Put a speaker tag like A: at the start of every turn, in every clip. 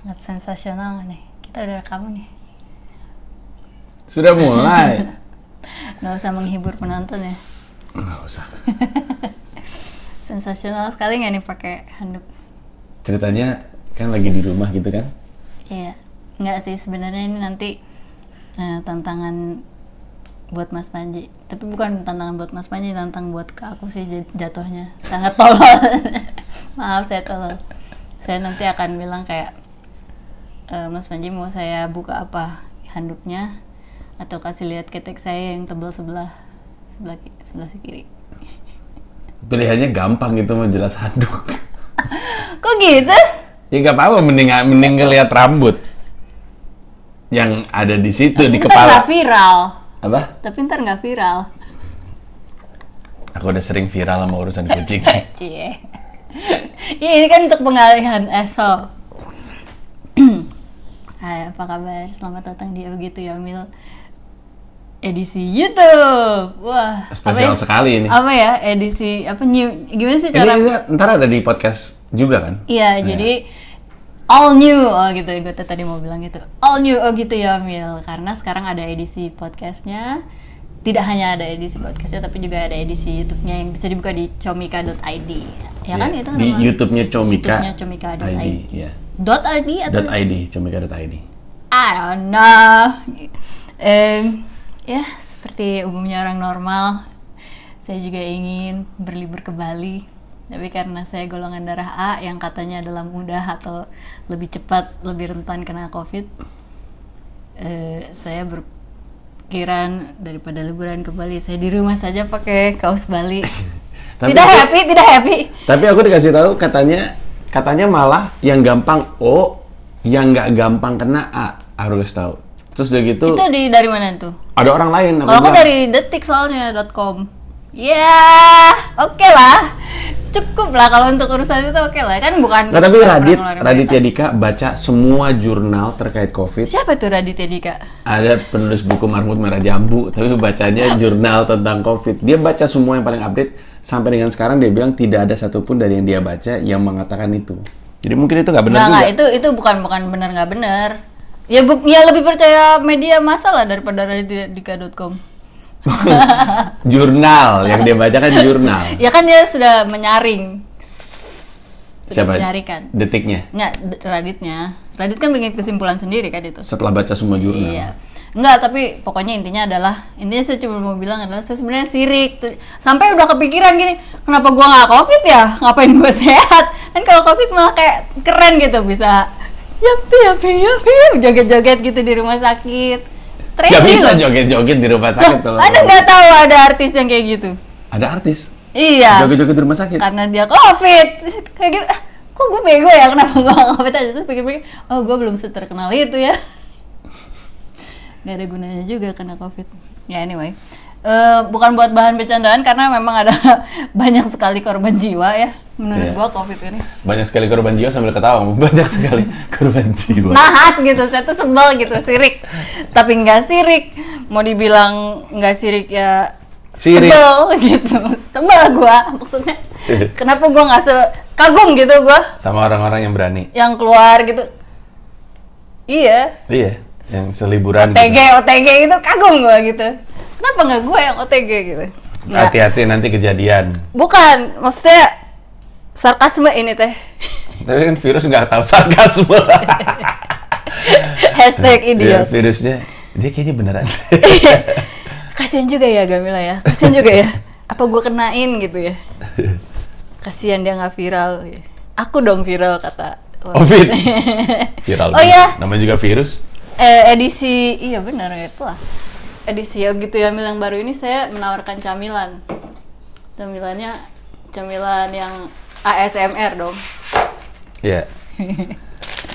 A: sangat sensasional nih. Kita udah rekam nih.
B: Sudah mulai.
A: Nggak usah menghibur penonton ya.
B: Enggak usah.
A: Sensasional sekali nggak nih pakai handuk?
B: Ceritanya kan lagi di rumah gitu kan?
A: Iya. Nggak sih sebenarnya ini nanti eh, tantangan buat Mas Panji. Tapi bukan tantangan buat Mas Panji, tantang buat ke aku sih jat- jatuhnya. Sangat tolol. Maaf saya tolol. Saya nanti akan bilang kayak "Eh, Mas Panji mau saya buka apa handuknya atau kasih lihat ketek saya yang tebal sebelah sebelah ki- sebelah kiri.
B: Pilihannya gampang gitu mau jelas handuk.
A: Kok gitu?
B: Ya nggak apa-apa mending mending ngelihat rambut yang ada di situ di
A: Tapi ntar
B: kepala.
A: nggak viral.
B: Apa?
A: Tapi ntar nggak viral.
B: Aku udah sering viral sama urusan kucing.
A: Cie. ya ini kan untuk pengalihan esok. Hai, apa kabar? Selamat datang di Begitu Ya Mil edisi YouTube. Wah, apa ya?
B: Spesial sekali ini.
A: Apa ya edisi apa new? Gimana sih
B: Ini,
A: cara?
B: ini ntar ada di podcast juga kan?
A: Iya, jadi all new oh gitu. Gue tuh tadi mau bilang gitu. All new oh gitu ya Mil. Karena sekarang ada edisi podcastnya. Tidak hanya ada edisi podcastnya, tapi juga ada edisi YouTube-nya yang bisa dibuka di comika.id.
B: Iya,
A: Ya kan itu
B: di
A: nama-
B: YouTube-nya Comika.
A: YouTube-nya Comika.id.
B: ID, ya.
A: dot ID atau
B: Dot ID, Comika.id.
A: I don't know. Em, ya seperti umumnya orang normal, saya juga ingin berlibur ke Bali. Tapi karena saya golongan darah A yang katanya adalah mudah atau lebih cepat, lebih rentan kena COVID, eh, saya berpikiran daripada liburan ke Bali, saya di rumah saja pakai kaos Bali.
B: Tapi
A: tidak
B: aku-
A: happy, tidak happy.
B: Tapi aku dikasih tahu katanya katanya malah yang gampang O, yang nggak gampang kena A. Harus tahu. Terus udah gitu
A: Itu di dari mana tuh?
B: ada orang lain aku
A: Kalau aku
B: bilang,
A: dari detik soalnya .com. Ya, oke lah. Cukup lah kalau untuk urusan itu oke lah. Kan bukan
B: Nggak, tapi
A: bukan
B: Radit,
A: orang ngeluarin
B: Raditya
A: berita.
B: Dika baca semua jurnal terkait COVID.
A: Siapa tuh Raditya Dika?
B: Ada penulis buku Marmut Merah Jambu, tapi bacanya jurnal tentang COVID. Dia baca semua yang paling update sampai dengan sekarang dia bilang tidak ada satupun dari yang dia baca yang mengatakan itu. Jadi mungkin itu nggak benar
A: Nggak,
B: juga.
A: nggak, itu itu bukan bukan benar nggak benar. Ya buk, ya lebih percaya media massa lah daripada Raditya Dika.com.
B: jurnal yang dia baca kan jurnal.
A: Ya kan dia sudah menyaring. Sudah
B: Siapa?
A: menyarikan.
B: Detiknya.
A: Nggak, D- Raditnya. Radit kan bikin kesimpulan sendiri kan itu.
B: Setelah baca semua jurnal.
A: Iya. Enggak, tapi pokoknya intinya adalah intinya saya cuma mau bilang adalah saya sebenarnya sirik. Tuh, Sampai udah kepikiran gini, kenapa gua nggak Covid ya? Ngapain gua sehat? Kan kalau Covid malah kayak keren gitu bisa yapi yapi yapi joget-joget gitu di rumah sakit. Trendy
B: Gak bisa
A: loh.
B: joget-joget di rumah
A: Loh,
B: sakit kalau
A: Anda nggak tahu ada artis yang kayak gitu?
B: ada artis
A: Iya.
B: joget-joget di rumah sakit.
A: karena dia covid kayak gitu "Ah, kok gue bego ya kenapa gue gak covid aja terus pikir-pikir oh gue belum seterkenal itu ya nggak ada gunanya juga kena covid ya anyway Eh, bukan buat bahan bercandaan karena memang ada banyak sekali korban jiwa ya menurut
B: Iya.
A: gua covid ini
B: Banyak sekali korban jiwa sambil ketawa. Banyak sekali korban jiwa.
A: nahas gitu saya tuh sebel gitu sirik tapi nggak sirik mau dibilang nggak sirik ya
B: Sirik.
A: sebel gitu sebel gua maksudnya kenapa gua nggak se- kagum gitu gua
B: Sama orang-orang yang berani.
A: yang keluar gitu iya
B: Iya, yang seliburan.
A: OTG
B: gitu.
A: OTG itu kagum gue gitu kenapa nggak gue yang OTG gitu Nggak.
B: Hati-hati nanti kejadian.
A: bukan maksudnya sarkasme ini teh
B: Tapi kan virus nggak tahu sarkasme.
A: hashtag
B: Dia
A: idiot
B: virusnya dia kayaknya beneran.
A: kasian juga ya Gamila ya kasian juga ya apa gue kenain gitu ya kasian dia nggak viral aku dong viral kata orang.
B: Covid.
A: Oh
B: Viral. banget.
A: iya.
B: Namanya juga virus.
A: Eh, edisi iya benar itu lah edisi ya gitu ya Mil, yang baru ini saya menawarkan camilan camilannya camilan yang ASMR dong
B: Iya.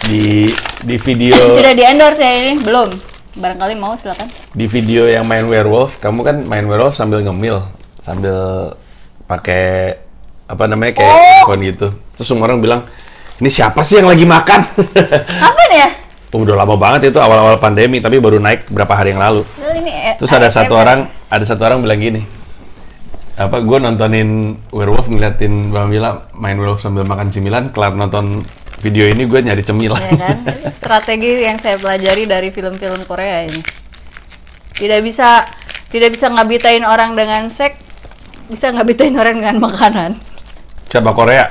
B: Di di video
A: sudah di endorse ya ini belum barangkali mau silakan
B: di video yang main werewolf, kamu kan main werewolf sambil ngemil, sambil pakai apa namanya kayak
A: Oh.
B: handphone gitu. Terus semua orang bilang, "Ini siapa sih yang lagi makan?"
A: kapan ya
B: Oh, Udah lama banget itu awal-awal pandemi, tapi baru naik berapa hari yang lalu.
A: Padahal ini eh,
B: Terus ada
A: ASMR.
B: satu orang, ada satu orang bilang gini, apa gue nontonin werewolf ngeliatin Mbak Mila main werewolf sambil makan cemilan kelar nonton video ini gue nyari cemilan
A: ya kan? Strategi yang saya pelajari dari film-film Korea ini. Tidak bisa tidak bisa ngabitain orang dengan seks, bisa ngabitain orang dengan makanan.
B: Siapa Korea?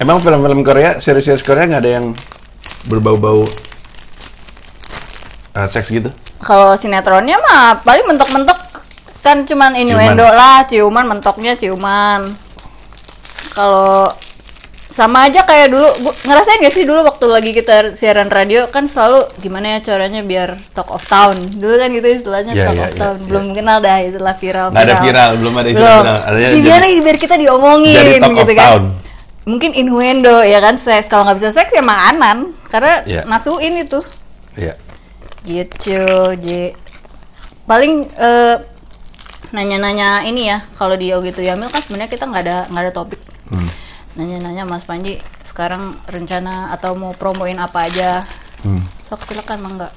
B: Emang film-film Korea, series-series Korea nggak ada yang berbau-bau eh, seks gitu?
A: Kalau sinetronnya mah paling mentok-mentok kan cuman innuendo
B: Ciuman.
A: lah, ciuman mentoknya ciuman. Kalau sama aja kayak dulu, gua, ngerasain gak sih dulu waktu lagi kita siaran radio kan selalu gimana ya caranya biar talk of town. Dulu kan gitu istilahnya
B: Iya,
A: talk
B: iya,
A: of
B: iya,
A: town,
B: iya.
A: belum kenal dah istilah viral.
B: Nggak ada viral, belum ada istilah
A: Belum.
B: viral. Adanya
A: gimana
B: jadi-
A: biar kita diomongin
B: jadi talk of
A: gitu kan.
B: town.
A: Mungkin innuendo ya kan, seks kalau nggak bisa seks ya makanan karena
B: Iya.
A: nafsuin itu
B: Iya.
A: gitu J paling eh, nanya-nanya ini ya kalau di Yogitu Yamil kan sebenarnya kita nggak ada nggak ada topik
B: Hmm.
A: nanya-nanya Mas Panji sekarang rencana atau mau promoin apa aja
B: Hmm.
A: sok silakan mah nggak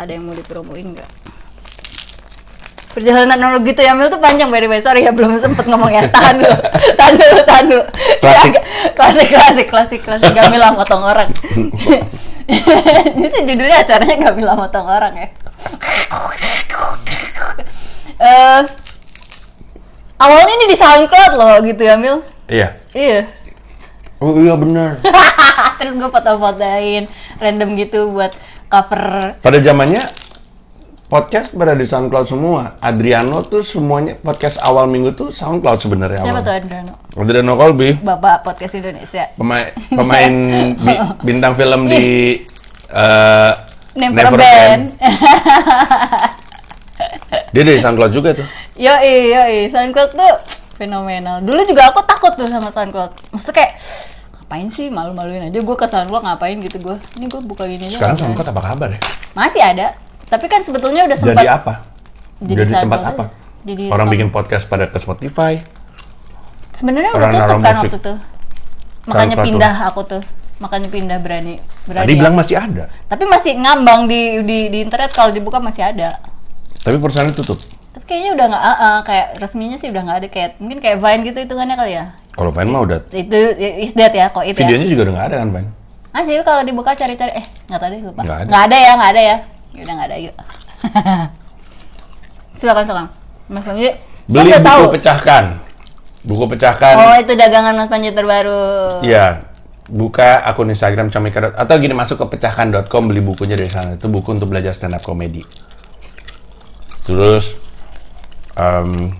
A: ada yang mau dipromoin nggak perjalanan Yogitu gitu Yamil tuh panjang by the way sorry ya belum sempet ngomong ya tahan dulu tahan dulu tahan dulu
B: Klasik.
A: Ya, klasik klasik klasik klasik gak bilang motong orang itu judulnya acaranya gak bilang motong orang ya Eh, awalnya ini di SoundCloud loh gitu ya Mil
B: Iya.
A: iya
B: Oh iya benar.
A: terus gue foto-fotoin random gitu buat cover
B: Pada zamannya podcast berada di SoundCloud semua. Adriano tuh semuanya podcast awal minggu tuh SoundCloud sebenarnya.
A: siapa tuh
B: awalnya.
A: Adriano
B: Adriano Colby,
A: bapak podcast Indonesia
B: pemain pemain bi- bintang film di eh,
A: Never, Band
B: Dia dari SoundCloud juga tuh.
A: Yoi, yoi. SoundCloud tuh fenomenal. Dulu juga aku takut tuh sama SoundCloud. Maksudnya kayak, ngapain sih malu-maluin aja gue ke SoundCloud ngapain gitu gue. Ini gue buka gini aja.
B: Sekarang
A: ngapain.
B: SoundCloud apa kabar ya?
A: Masih ada. Tapi kan sebetulnya udah sempat. Iya.
B: Jadi apa?
A: Jadi
B: Jadi tempat
A: SoundCloud
B: apa?
A: aja. Jadi
B: Orang
A: tempat-
B: bikin podcast pada ke Spotify.
A: Sebenarnya udah
B: orang
A: tutup
B: naruh
A: kan
B: musik.
A: waktu tuh. Makanya
B: SoundCloud
A: pindah aku tuh. Makanya pindah berani. berani
B: Tadi
A: ya.
B: bilang masih ada,
A: Tapi masih ngambang di di, di internet kalau dibuka masih ada.
B: tapi perusahaannya tutup.
A: Tapi kayaknya udah nggak ah, ah, kayak resminya sih udah nggak ada kayak mungkin kayak Vine gitu hitungannya kali ya.
B: Kalau Vine mah udah,
A: Itu is that ya, kok itu ya.
B: videonya juga udah nggak ada kan Vine?
A: Masih kalau dibuka cari-cari eh nggak tahu deh lupa.
B: Nggak ada.
A: Nggak ada. ya, nggak ada ya. Ya udah nggak ada yuk. silakan silakan. Mas Panji. kan
B: Beli
A: udah
B: buku
A: tahu.
B: pecahkan, buku pecahkan.
A: Oh, itu dagangan Mas Panji terbaru.
B: Iya, buka akun Instagram comika atau gini masuk ke pecahkan.com beli bukunya dari sana. Itu buku untuk belajar stand up comedy. Terus em,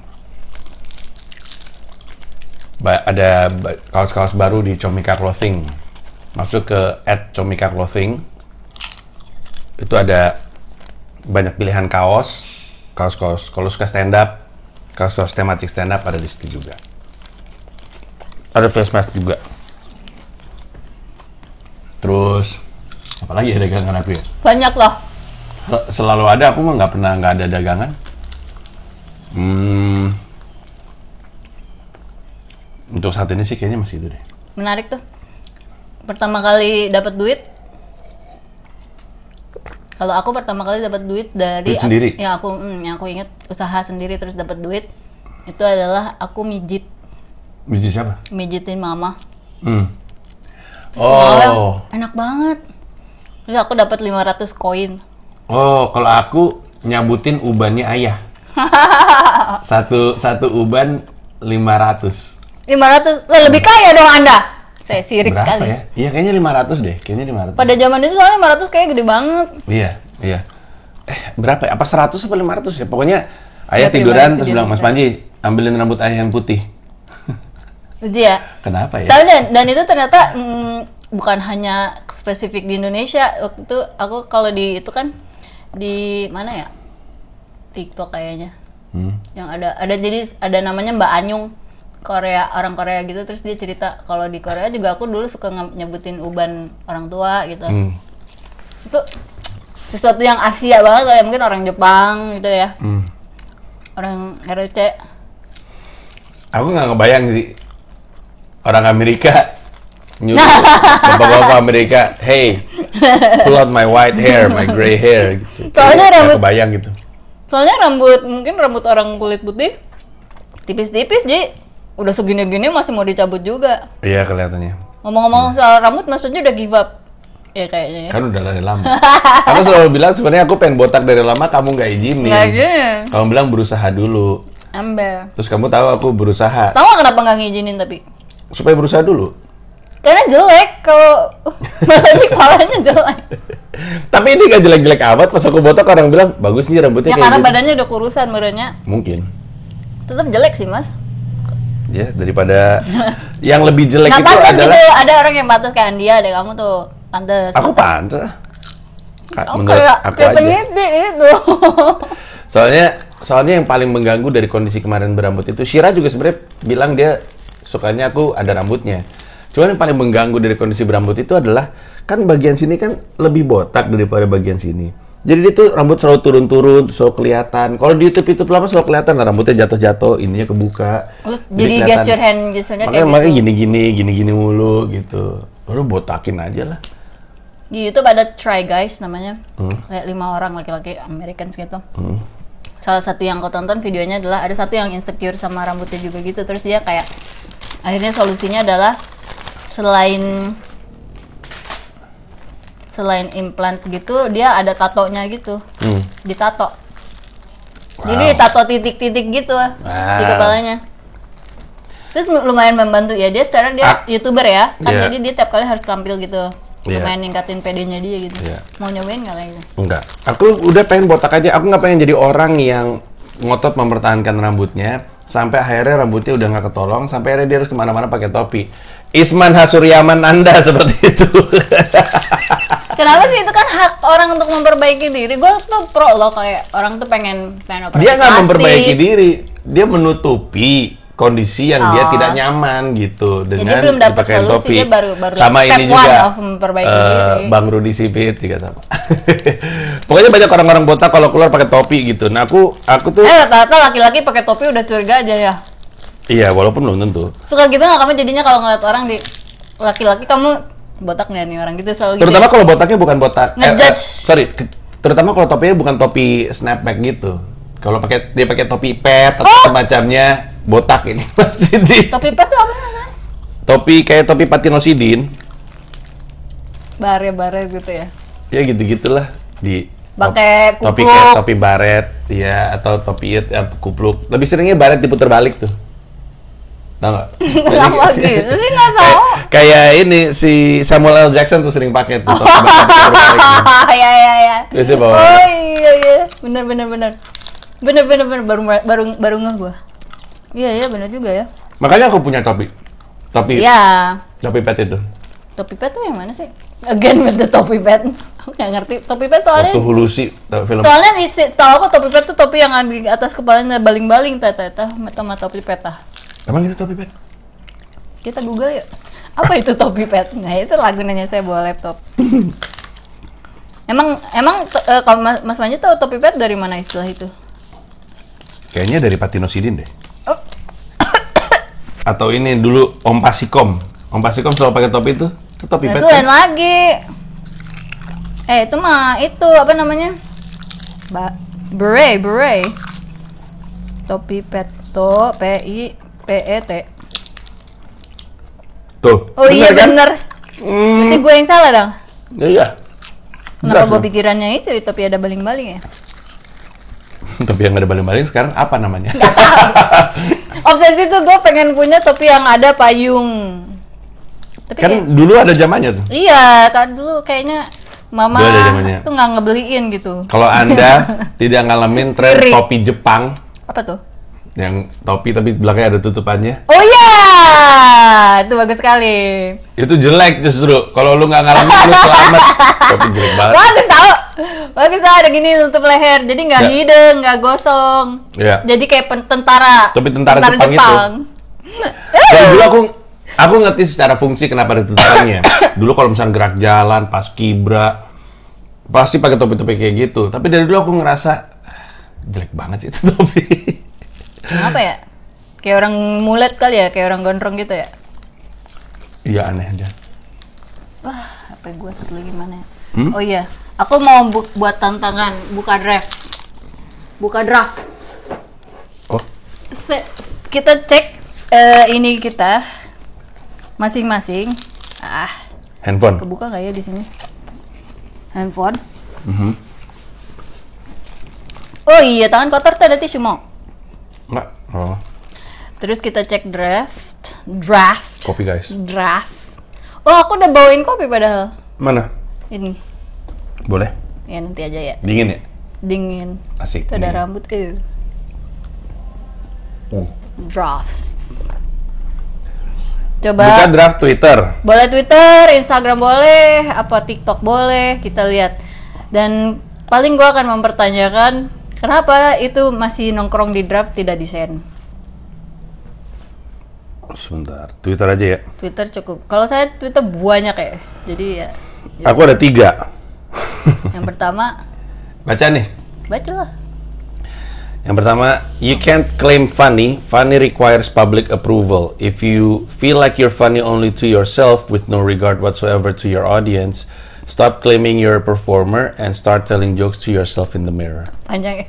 B: ba- ada ba- kaos-kaos baru di Comika Clothing. Masuk ke @comika clothing. Itu ada banyak pilihan kaos, kaos-kaos kalau suka stand up, kaos-kaos tematik stand up ada di situ juga. Ada face mask juga. Terus apalagi ya dagangan aku ya?
A: Banyak loh.
B: Sel- Selalu ada aku mah nggak pernah nggak ada dagangan. Hmm. Untuk saat ini sih kayaknya masih itu deh.
A: Menarik tuh. Pertama kali dapat duit. Kalau aku pertama kali dapat duit dari
B: Duit sendiri?
A: yang aku hmm, yang aku inget usaha sendiri terus dapat duit itu adalah aku mijit
B: Bisnis siapa?
A: mijitin mama
B: Hmm.
A: Soalnya
B: Oh,
A: enak banget. Terus aku dapat 500 koin.
B: oh kalau aku nyabutin ubannya ayah. Satu satu uban 500.
A: 500, lah lebih kaya dong Anda. Saya sirik
B: Hmm. Berapa
A: sekali.
B: ya? Iya kayaknya 500 deh, kayaknya 500.
A: Pada zaman itu soalnya 500 kayaknya gede banget.
B: Iya, iya. Eh, berapa ya? Apa 100 apa 500 ya? Pokoknya ayah
A: Berapa
B: tiduran
A: yang
B: terus
A: baru
B: bilang, Mas Panji, ambilin rambut ayah yang putih.
A: Uji ya.
B: Kenapa ya?
A: Tahu dan dan itu ternyata mm, bukan hanya spesifik di Indonesia. Waktu itu aku kalau di itu kan di mana ya? TikTok kayaknya.
B: Hmm.
A: yang ada ada jadi ada namanya Mbak Anyung Korea orang Korea gitu terus dia cerita kalau di Korea juga aku dulu suka nge- nyebutin uban orang tua gitu
B: Hmm.
A: itu sesuatu yang Asia banget kayak mungkin orang Jepang gitu ya
B: hmm.
A: orang RC
B: Aku nggak ngebayang sih orang Amerika nyuruh bapak-bapak Amerika, hey, pull out my white hair, my gray hair. Gitu.
A: Soalnya
B: Nggak
A: rambut-
B: kebayang gitu.
A: Soalnya rambut mungkin rambut orang kulit putih tipis-tipis Ji. Udah segini-gini masih mau dicabut juga.
B: Iya kelihatannya. Hmm.
A: Ngomong-ngomong soal rambut Mas Panji udah give up. Ya kayaknya ya.
B: Kan udah dari lama. Kamu selalu bilang sebenarnya aku pengen botak dari lama, kamu nggak izinin.
A: Nggak gini.
B: Kamu bilang berusaha dulu.
A: Ambil.
B: Terus kamu tahu aku berusaha.
A: Tahu nggak kenapa nggak ngizinin tapi?
B: Supaya berusaha dulu.
A: Karena jelek kalau Mas kepalanya jelek.
B: Tapi ini gak jelek-jelek amat. Pas aku botak orang bilang bagus nih
A: Ya
B: rambutnya kayak gitu.
A: karena
B: gini."
A: badannya udah kurusan badannya.
B: Mungkin.
A: Tetap jelek sih, Mas.
B: Ya daripada yang lebih jelek
A: Nah,
B: itu
A: pantas
B: adalah
A: gitu ada orang yang pantas kayak Andia deh kamu tuh pantas.
B: aku pantas. Ka-
A: Oh,
B: menurut
A: kayak
B: aku
A: kayak
B: aja.
A: penyidik gitu. itu.
B: Soalnya soalnya yang paling mengganggu dari kondisi kemarin berambut itu Shira juga sebenarnya bilang dia sukanya aku ada rambutnya. Cuman yang paling mengganggu dari kondisi berambut itu adalah kan bagian sini kan lebih botak daripada bagian sini. Jadi dia tuh rambut selalu turun-turun, selalu kelihatan. Kalau di YouTube itu lama selalu kelihatan lah rambutnya jatuh-jatuh, ininya kebuka.
A: Lu Jadi
B: kelihatan.
A: gesture hand gesturenya
B: Makanya
A: kayak
B: makanya
A: gitu.
B: gini-gini, gini-gini mulu gitu. Baru botakin aja lah.
A: Di YouTube ada Try Guys namanya.
B: Hmm.
A: Kayak lima orang laki-laki Americans gitu.
B: Hmm.
A: Salah satu yang kau tonton videonya adalah ada satu yang insecure sama rambutnya juga gitu. Terus dia kayak akhirnya solusinya adalah selain selain implant gitu dia ada tatonya gitu
B: Hmm.
A: ditato
B: Wow.
A: Jadi tato titik-titik gitu di kepalanya. Terus lumayan membantu ya dia sekarang dia
B: Ah.
A: youtuber ya. Kan
B: Iya.
A: jadi dia tiap kali harus tampil gitu.
B: Iya.
A: Lumayan ningkatin PD-nya dia gitu.
B: Iya.
A: Mau nyobain nggak lagi?
B: Enggak. Aku udah pengen botak aja. Aku nggak pengen jadi orang yang ngotot mempertahankan rambutnya sampai akhirnya rambutnya udah nggak ketolong sampai akhirnya dia harus kemana-mana pakai topi. Isman Hasuryaman Anda seperti itu.
A: Kenapa sih itu kan hak orang untuk memperbaiki diri. Gue tuh pro loh kayak orang tuh pengen pengen operasi.
B: dia nggak
A: plastik.
B: memperbaiki diri. Dia menutupi kondisi yang dia
A: Oh.
B: tidak nyaman gitu dengan
A: belum dapat
B: dipakai
A: solusi,
B: topi.
A: dia baru- baru
B: sama
A: step
B: ini
A: one
B: juga
A: of memperbaiki
B: eh,
A: diri.
B: Bang Rudi Sipit juga sama. Pokoknya banyak orang-orang botak kalau keluar pakai topi gitu. Nah aku aku tuh
A: Eh rata-rata laki-laki pakai topi udah curiga aja ya.
B: iya walaupun belum tentu.
A: Suka gitu nggak kamu jadinya kalau ngeliat orang di laki-laki kamu botak nih nih orang gitu selalu gitu.
B: Terutama kalau botaknya bukan botak. eh,
A: Ngejudge.
B: sorry, ke- terutama kalau topinya bukan topi snapback gitu. Kalau pakai dia pakai topi pet atau
A: Oh!
B: semacamnya botak ini masih di
A: Topi pet tuh apa sih namanya?
B: topi kayak topi patinosidin
A: Bare-bare gitu ya.
B: ya gitu gitulah di
A: Pakai
B: top- topi
A: kupluk.
B: kayak topi baret ya atau topi eh, kupluk lebih seringnya baret diputar balik tuh tau nggak
A: Kenapa gitu sih nggak tahu.
B: kayak ini si Samuel L Jackson tuh sering pakai tuh topi baret diputar balik
A: ya ya ya.
B: Biasanya bawa-
A: Oh iya iya. Bener bener bener. Bener bener bener baru mer- baru baru ngeh gua. Iya iya bener juga ya.
B: makanya aku punya topi topi
A: Iya.
B: topi pet itu
A: Topi pet tuh yang mana sih? Again with the topi pet. Aku nggak ngerti. Topi pet soalnya
B: waktu hulusi tau film
A: soalnya isi tahu aku topi pet tuh topi yang ada di atas kepalanya baling-baling tata tata mata mata topi peta.
B: emang itu topi pet
A: Kita Google yuk. Apa itu topi pet? Nah, itu lagu nanya saya bawa laptop. emang emang t- eh, kalau Mas, Mas Panji tahu topi pet dari mana istilah itu?
B: kayaknya dari Patinosidin deh
A: Oh.
B: atau ini dulu Om Pasikom Om Pasikom selalu pakai topi itu itu topi
A: Nah,
B: pet
A: itu
B: kan?
A: lain lagi. Eh, itu mah itu apa namanya? Ba beret, beret. Topi pet, to P I P E T.
B: tuh
A: Oh iya
B: kan?
A: bener.
B: Hmm,
A: Ini gue yang salah dong.
B: iya
A: Kenapa gue
B: Jelas,
A: pikirannya itu topi ada baling-baling ya?
B: dong. topi yang nggak ada baling-baling sekarang apa namanya
A: Ya, Obsesi tuh gue pengen punya topi yang ada payung. Tapi
B: kan
A: kayak-
B: dulu ada zamannya tuh
A: iya, tadi dulu kayaknya mama
B: Dulu ada zamannya.
A: tuh nggak ngebeliin gitu.
B: kalau anda tidak ngalamin tren
A: Iri.
B: topi Jepang
A: Apa tuh?
B: yang topi tapi belakangnya ada tutupannya
A: Oh iya, itu bagus sekali.
B: itu jelek justru kalau lu nggak ngalamin lu selamat topi jelek banget
A: Bagus tau, bagus tau ada gini tutup leher, jadi nggak
B: Ya.
A: hidung, nggak gosong.
B: ya
A: Jadi kayak pen- tentara.
B: Tapi tentara Jepang itu. Kalau dulu aku aku ngerti secara fungsi kenapa ada tutupannya. dulu kalau misalnya gerak jalan, pas kibra, pasti pakai topi-topi kayak gitu. Tapi dari dulu aku ngerasa "Ah, jelek banget sih itu topi. gitu.
A: Apa ya? Kayak orang mulet kali ya, kayak orang gondrong gitu ya.
B: Iya aneh aja.
A: Wah, HP gue satu lagi mana ya?
B: Hmm?
A: Oh iya, aku mau bu- buat tantangan buka draft. buka draft
B: Oh,
A: Se- kita cek eh, ini kita masing-masing ah
B: handphone.
A: kebuka nggak ya di sini handphone
B: Mhm.
A: oh iya tangan kotor tuh ada tisu mau
B: Enggak. Oh,
A: terus kita cek draft draft
B: kopi guys.
A: draft oh aku udah bawain kopi padahal
B: Mana?
A: ini
B: Boleh.
A: ya nanti aja ya
B: Dingin ya?
A: dingin
B: Asik.
A: itu ada
B: dingin.
A: rambut eh
B: Hmm.
A: drafts
B: Buka
A: coba
B: draft Twitter.
A: boleh Twitter, Instagram boleh, apa TikTok boleh, kita lihat. Dan paling gua akan mempertanyakan kenapa itu masih nongkrong di draft tidak di send.
B: Sebentar. Twitter aja ya.
A: Twitter cukup. Kalau saya Twitter banyak ya. Jadi ya
B: Aku ada tiga.
A: yang pertama
B: Baca nih.
A: bacalah.
B: Yang pertama, you can't claim funny. Funny requires public approval. If you feel like you're funny only to yourself with no regard whatsoever to your audience, stop claiming you're a performer and start telling jokes to yourself in the mirror.
A: Panjang ya.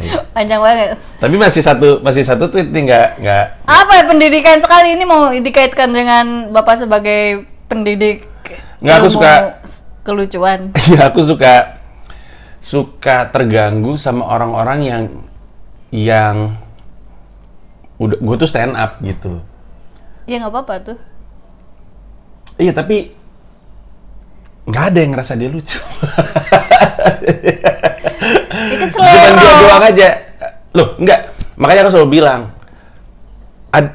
B: Iya.
A: Panjang banget.
B: Tapi masih satu masih satu tweet nih nggak nggak
A: Apa ya pendidikan sekali ini mau dikaitkan dengan Bapak sebagai pendidik?
B: Nggak, aku
A: ilmu
B: suka-
A: kelucuan.
B: ya aku suka suka terganggu sama orang-orang yang yang udah gue tuh stand up gitu.
A: Ya nggak apa-apa tuh.
B: Iya tapi nggak ada yang ngerasa dia lucu.
A: Itu
B: Cuman
A: selera.
B: dia kan? doang aja. Loh, enggak. Makanya aku selalu bilang ad-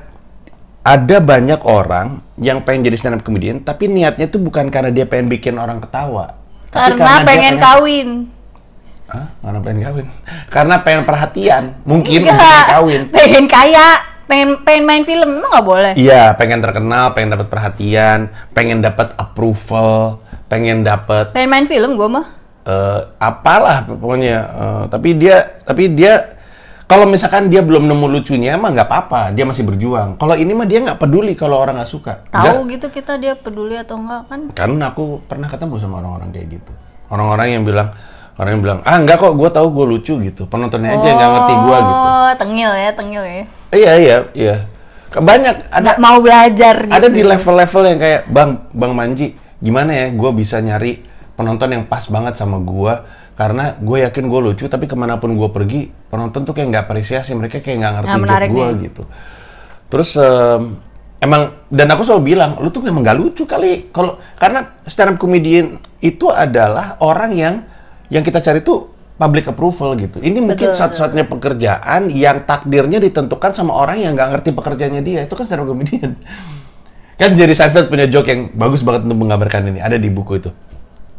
B: ada banyak orang yang pengen jadi stand up comedian tapi niatnya tuh bukan karena dia pengen bikin orang ketawa. Tapi
A: Karena
B: dia
A: pengen kawin.
B: Hah? Karena pengen kawin. Karena pengen perhatian. Mungkin
A: Enggak.
B: pengen kawin.
A: Pengen kaya, pengen pengen main film emang nggak boleh.
B: Iya, pengen terkenal, pengen dapat perhatian, pengen dapat approval, pengen dapat
A: Pengen main film gue mah.
B: eh, apalah pokoknya. Eh, tapi dia, tapi dia, kalau misalkan dia belum nemu lucunya, emang nggak apa-apa. Dia masih berjuang. Kalau ini mah dia nggak peduli kalau orang nggak suka.
A: Tahu gitu kita dia peduli atau enggak kan?
B: Kan aku pernah ketemu sama orang-orang kayak gitu. Orang-orang yang bilang, orang yang bilang, ah nggak kok, gue tahu gue lucu gitu. Penontonnya aja yang nggak ngerti gue gitu.
A: Oh, tengil ya, tengil ya.
B: Iya, iya, iya. Banyak ada
A: Nggak mau belajar gitu.
B: ada di level-level yang kayak bang bang Manji gimana ya gue bisa nyari penonton yang pas banget sama gue karena gue yakin gue lucu tapi kemanapun gue pergi penonton tuh kayak nggak apresiasi mereka kayak nggak ngerti
A: Nah, menarik
B: gue
A: nih.
B: gitu terus em, emang dan aku selalu bilang lu tuh memang nggak lucu kali kalau karena stand up comedian itu adalah orang yang yang kita cari tuh public approval gitu ini
A: Betul,
B: mungkin satu-satunya pekerjaan yang takdirnya ditentukan sama orang yang nggak ngerti pekerjaannya dia itu kan stand up comedian kan Jerry Seinfeld punya joke yang bagus banget untuk menggambarkan ini ada di buku itu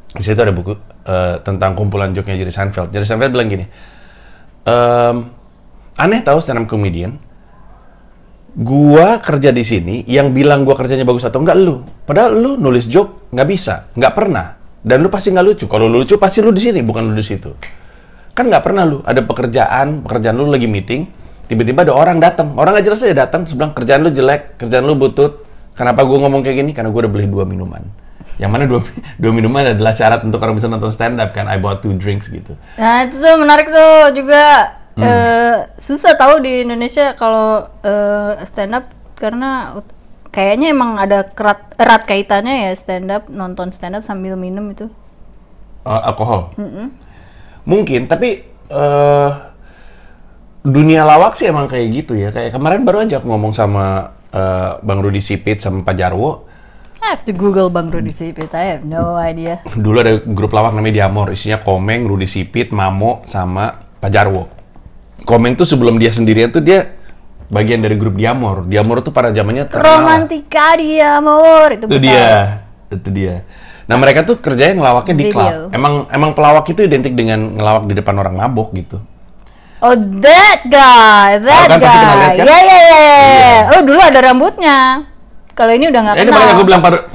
B: di situ ada buku eh, tentang kumpulan joke-nya Jerry Seinfeld Jerry Seinfeld bilang gini ehm, aneh tahu stand up comedian gua kerja di sini yang bilang gua kerjanya bagus atau enggak lu padahal lu nulis joke nggak bisa nggak pernah dan lu pasti nggak lucu kalau lu lucu pasti lu di sini bukan lu di situ kan nggak pernah lu ada pekerjaan pekerjaan lu lagi meeting tiba-tiba ada orang datang orang nggak jelas aja datang terus bilang kerjaan lu jelek kerjaan lu butut kenapa gue ngomong kayak gini karena gue udah beli dua minuman yang mana dua, dua minuman adalah syarat untuk orang bisa nonton stand up kan I bought two drinks gitu
A: Nah, itu tuh menarik tuh juga
B: Hmm.
A: eh, susah tahu di Indonesia kalau eh, stand up karena ut- kayaknya emang ada kerat erat kaitannya ya stand up nonton stand up sambil minum itu.
B: Eh, alkohol mungkin tapi eh dunia lawak sih emang kayak gitu ya kayak kemarin baru aja aku ngomong sama eh, Bang Rudi Sipit sama Pak Jarwo
A: I have to Google Bang Rudi Sipit. I have no idea.
B: dulu ada grup lawak namanya Diamor, isinya Komeng, Rudi Sipit, Mamo, sama Pak Jarwo. Komeng tuh sebelum dia sendirian tuh dia bagian dari grup Diamor. Diamor tuh pada zamannya terkenal.
A: Romantika dia amor itu,
B: Itu
A: bukan.
B: dia, itu dia. Nah mereka tuh kerjanya ngelawaknya di
A: Video.
B: klub. Emang emang pelawak itu identik dengan ngelawak di depan orang mabok gitu.
A: Oh that guy, that
B: Tahu kan, pasti pernah
A: guy.
B: lihat kan?
A: Ya ya ya. Oh dulu ada rambutnya. Kalau ini udah nggak
B: Eh, Ini
A: kenal.
B: makanya gue bilang Pak-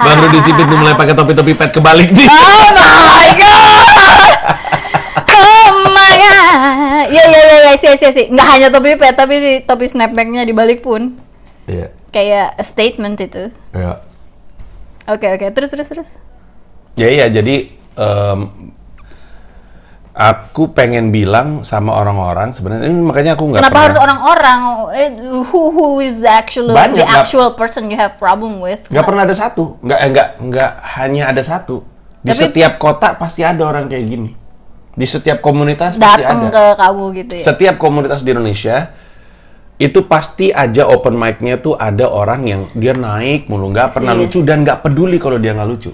B: Bang Rudi Sipit tuh mulai pakai topi-topi pet kebalik nih.
A: Oh my god. Oh my god. Ya ya ya ya sih sih sih. Nggak hanya topi pet tapi si topi snapbacknya dibalik pun
B: Iya,
A: kayak a statement itu.
B: iya.
A: Oke oke terus terus terus.
B: Ya iya jadi em, Aku pengen bilang sama orang-orang sebenarnya ini makanya aku nggak
A: Kenapa
B: pernah.
A: harus orang-orang? Eh, Who who is the actual
B: Banyak,
A: the
B: nggak-
A: actual person you have problem with?
B: Nggak pernah ada satu, nggak eh, nggak nggak hanya ada satu. Di
A: Tapi-
B: setiap kota pasti ada orang kayak gini. Di setiap komunitas pasti ada.
A: Datang ke kamu gitu ya.
B: Setiap komunitas di Indonesia itu pasti aja open mic-nya tuh ada orang yang dia naik mulu nggak pernah
A: Serius.
B: lucu dan nggak peduli kalau dia nggak lucu.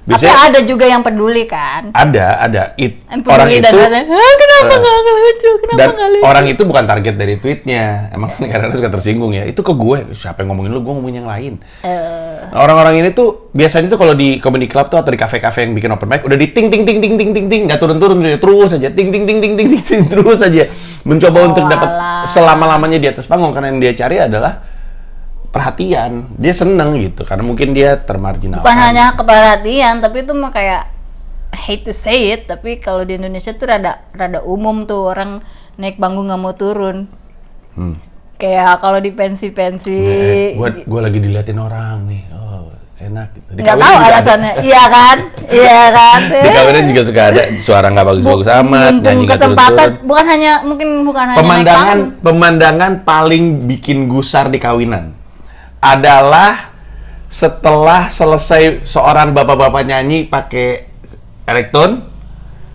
A: Tapi
B: Biasanya
A: ada juga yang peduli kan?
B: ada ada it,
A: Yang
B: orang
A: peduli dan
B: itu
A: rasanya, "Hah, kenapa
B: Eh.
A: nggak lucu? Kenapa
B: dan
A: nggak lucu?
B: orang itu bukan target dari tweetnya emang kadang-kadang suka tersinggung ya itu ke gue siapa yang ngomongin lu gue ngomongin yang lain
A: Eh,
B: orang-orang ini tuh biasanya tuh kalau di comedy club tuh atau di kafe-kafe yang bikin open mic udah di ting ting ting ting ting ting ting nggak turun-turun terus- terus aja ting ting ting ting ting ting, ting, terus aja mencoba
A: Oh,
B: untuk dapat
A: alah.
B: selama-lamanya di atas panggung karena yang dia cari adalah perhatian dia seneng gitu karena mungkin dia termarginalkan
A: bukan hanya keperhatian, tapi itu mah kayak hate to say it, tapi kalau di Indonesia tuh rada rada umum tuh orang naik panggung nggak mau turun.
B: Hmm.
A: Kayak kalau di pensi-pensi
B: Eh, eh, gua gua lagi diliatin orang nih oh enak gitu Di
A: nggak
B: KWN
A: tahu
B: juga ada.
A: alasannya iya kan iya kan
B: di kawinan juga suka ada suara nggak bagus-bagus amat
A: Mumpung
B: nyanyi nggak
A: kesempatan
B: turun-turun
A: bukan hanya mungkin bukan hanya
B: pemandangan
A: naik
B: pemandangan paling bikin gusar di kawinan adalah setelah selesai seorang bapak-bapak nyanyi pakai elektron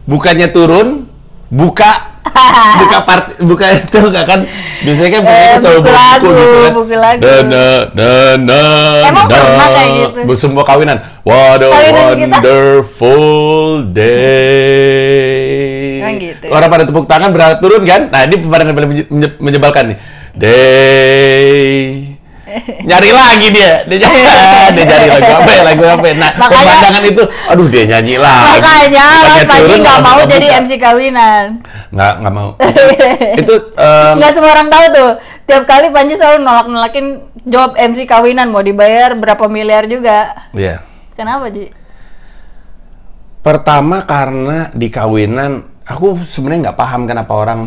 B: bukannya turun buka buka part buka itu nggak kan biasanya kan penyanyi
A: Eh,
B: selalu
A: buka
B: buku
A: lagu,
B: gitu kan
A: buka lagu.
B: Dana, dana,
A: Emang
B: dana.
A: pernah kayak gitu?
B: semua kawinan what a
A: Kawinan kita.
B: wonderful day
A: Emang gitu?
B: Orang pada tepuk tangan berharap turun kan? Nah ini pemandangan yang paling menye- menye- menyebalkan nih. Day. Nyari lagi dia, dia nyari, Ah, dia nyari lagu apa ya, lagu apa ya. Nah,
A: Iya. Makanya-
B: pemandangan itu, aduh dia nyanyi
A: panggung.
B: lagi.
A: makanya Mas Panji
B: Bukannya Ah, turun,
A: nggak mau
B: malah
A: jadi
B: buka.
A: MC kawinan
B: Nggak, nggak mau. itu, em,
A: nggak semua orang tahu tuh tiap kali Panji selalu nolak nolakin job MC kawinan mau dibayar berapa miliar juga
B: ya.
A: kenapa Ji
B: Pertama karena di kawinan, aku sebenarnya nggak paham kenapa orang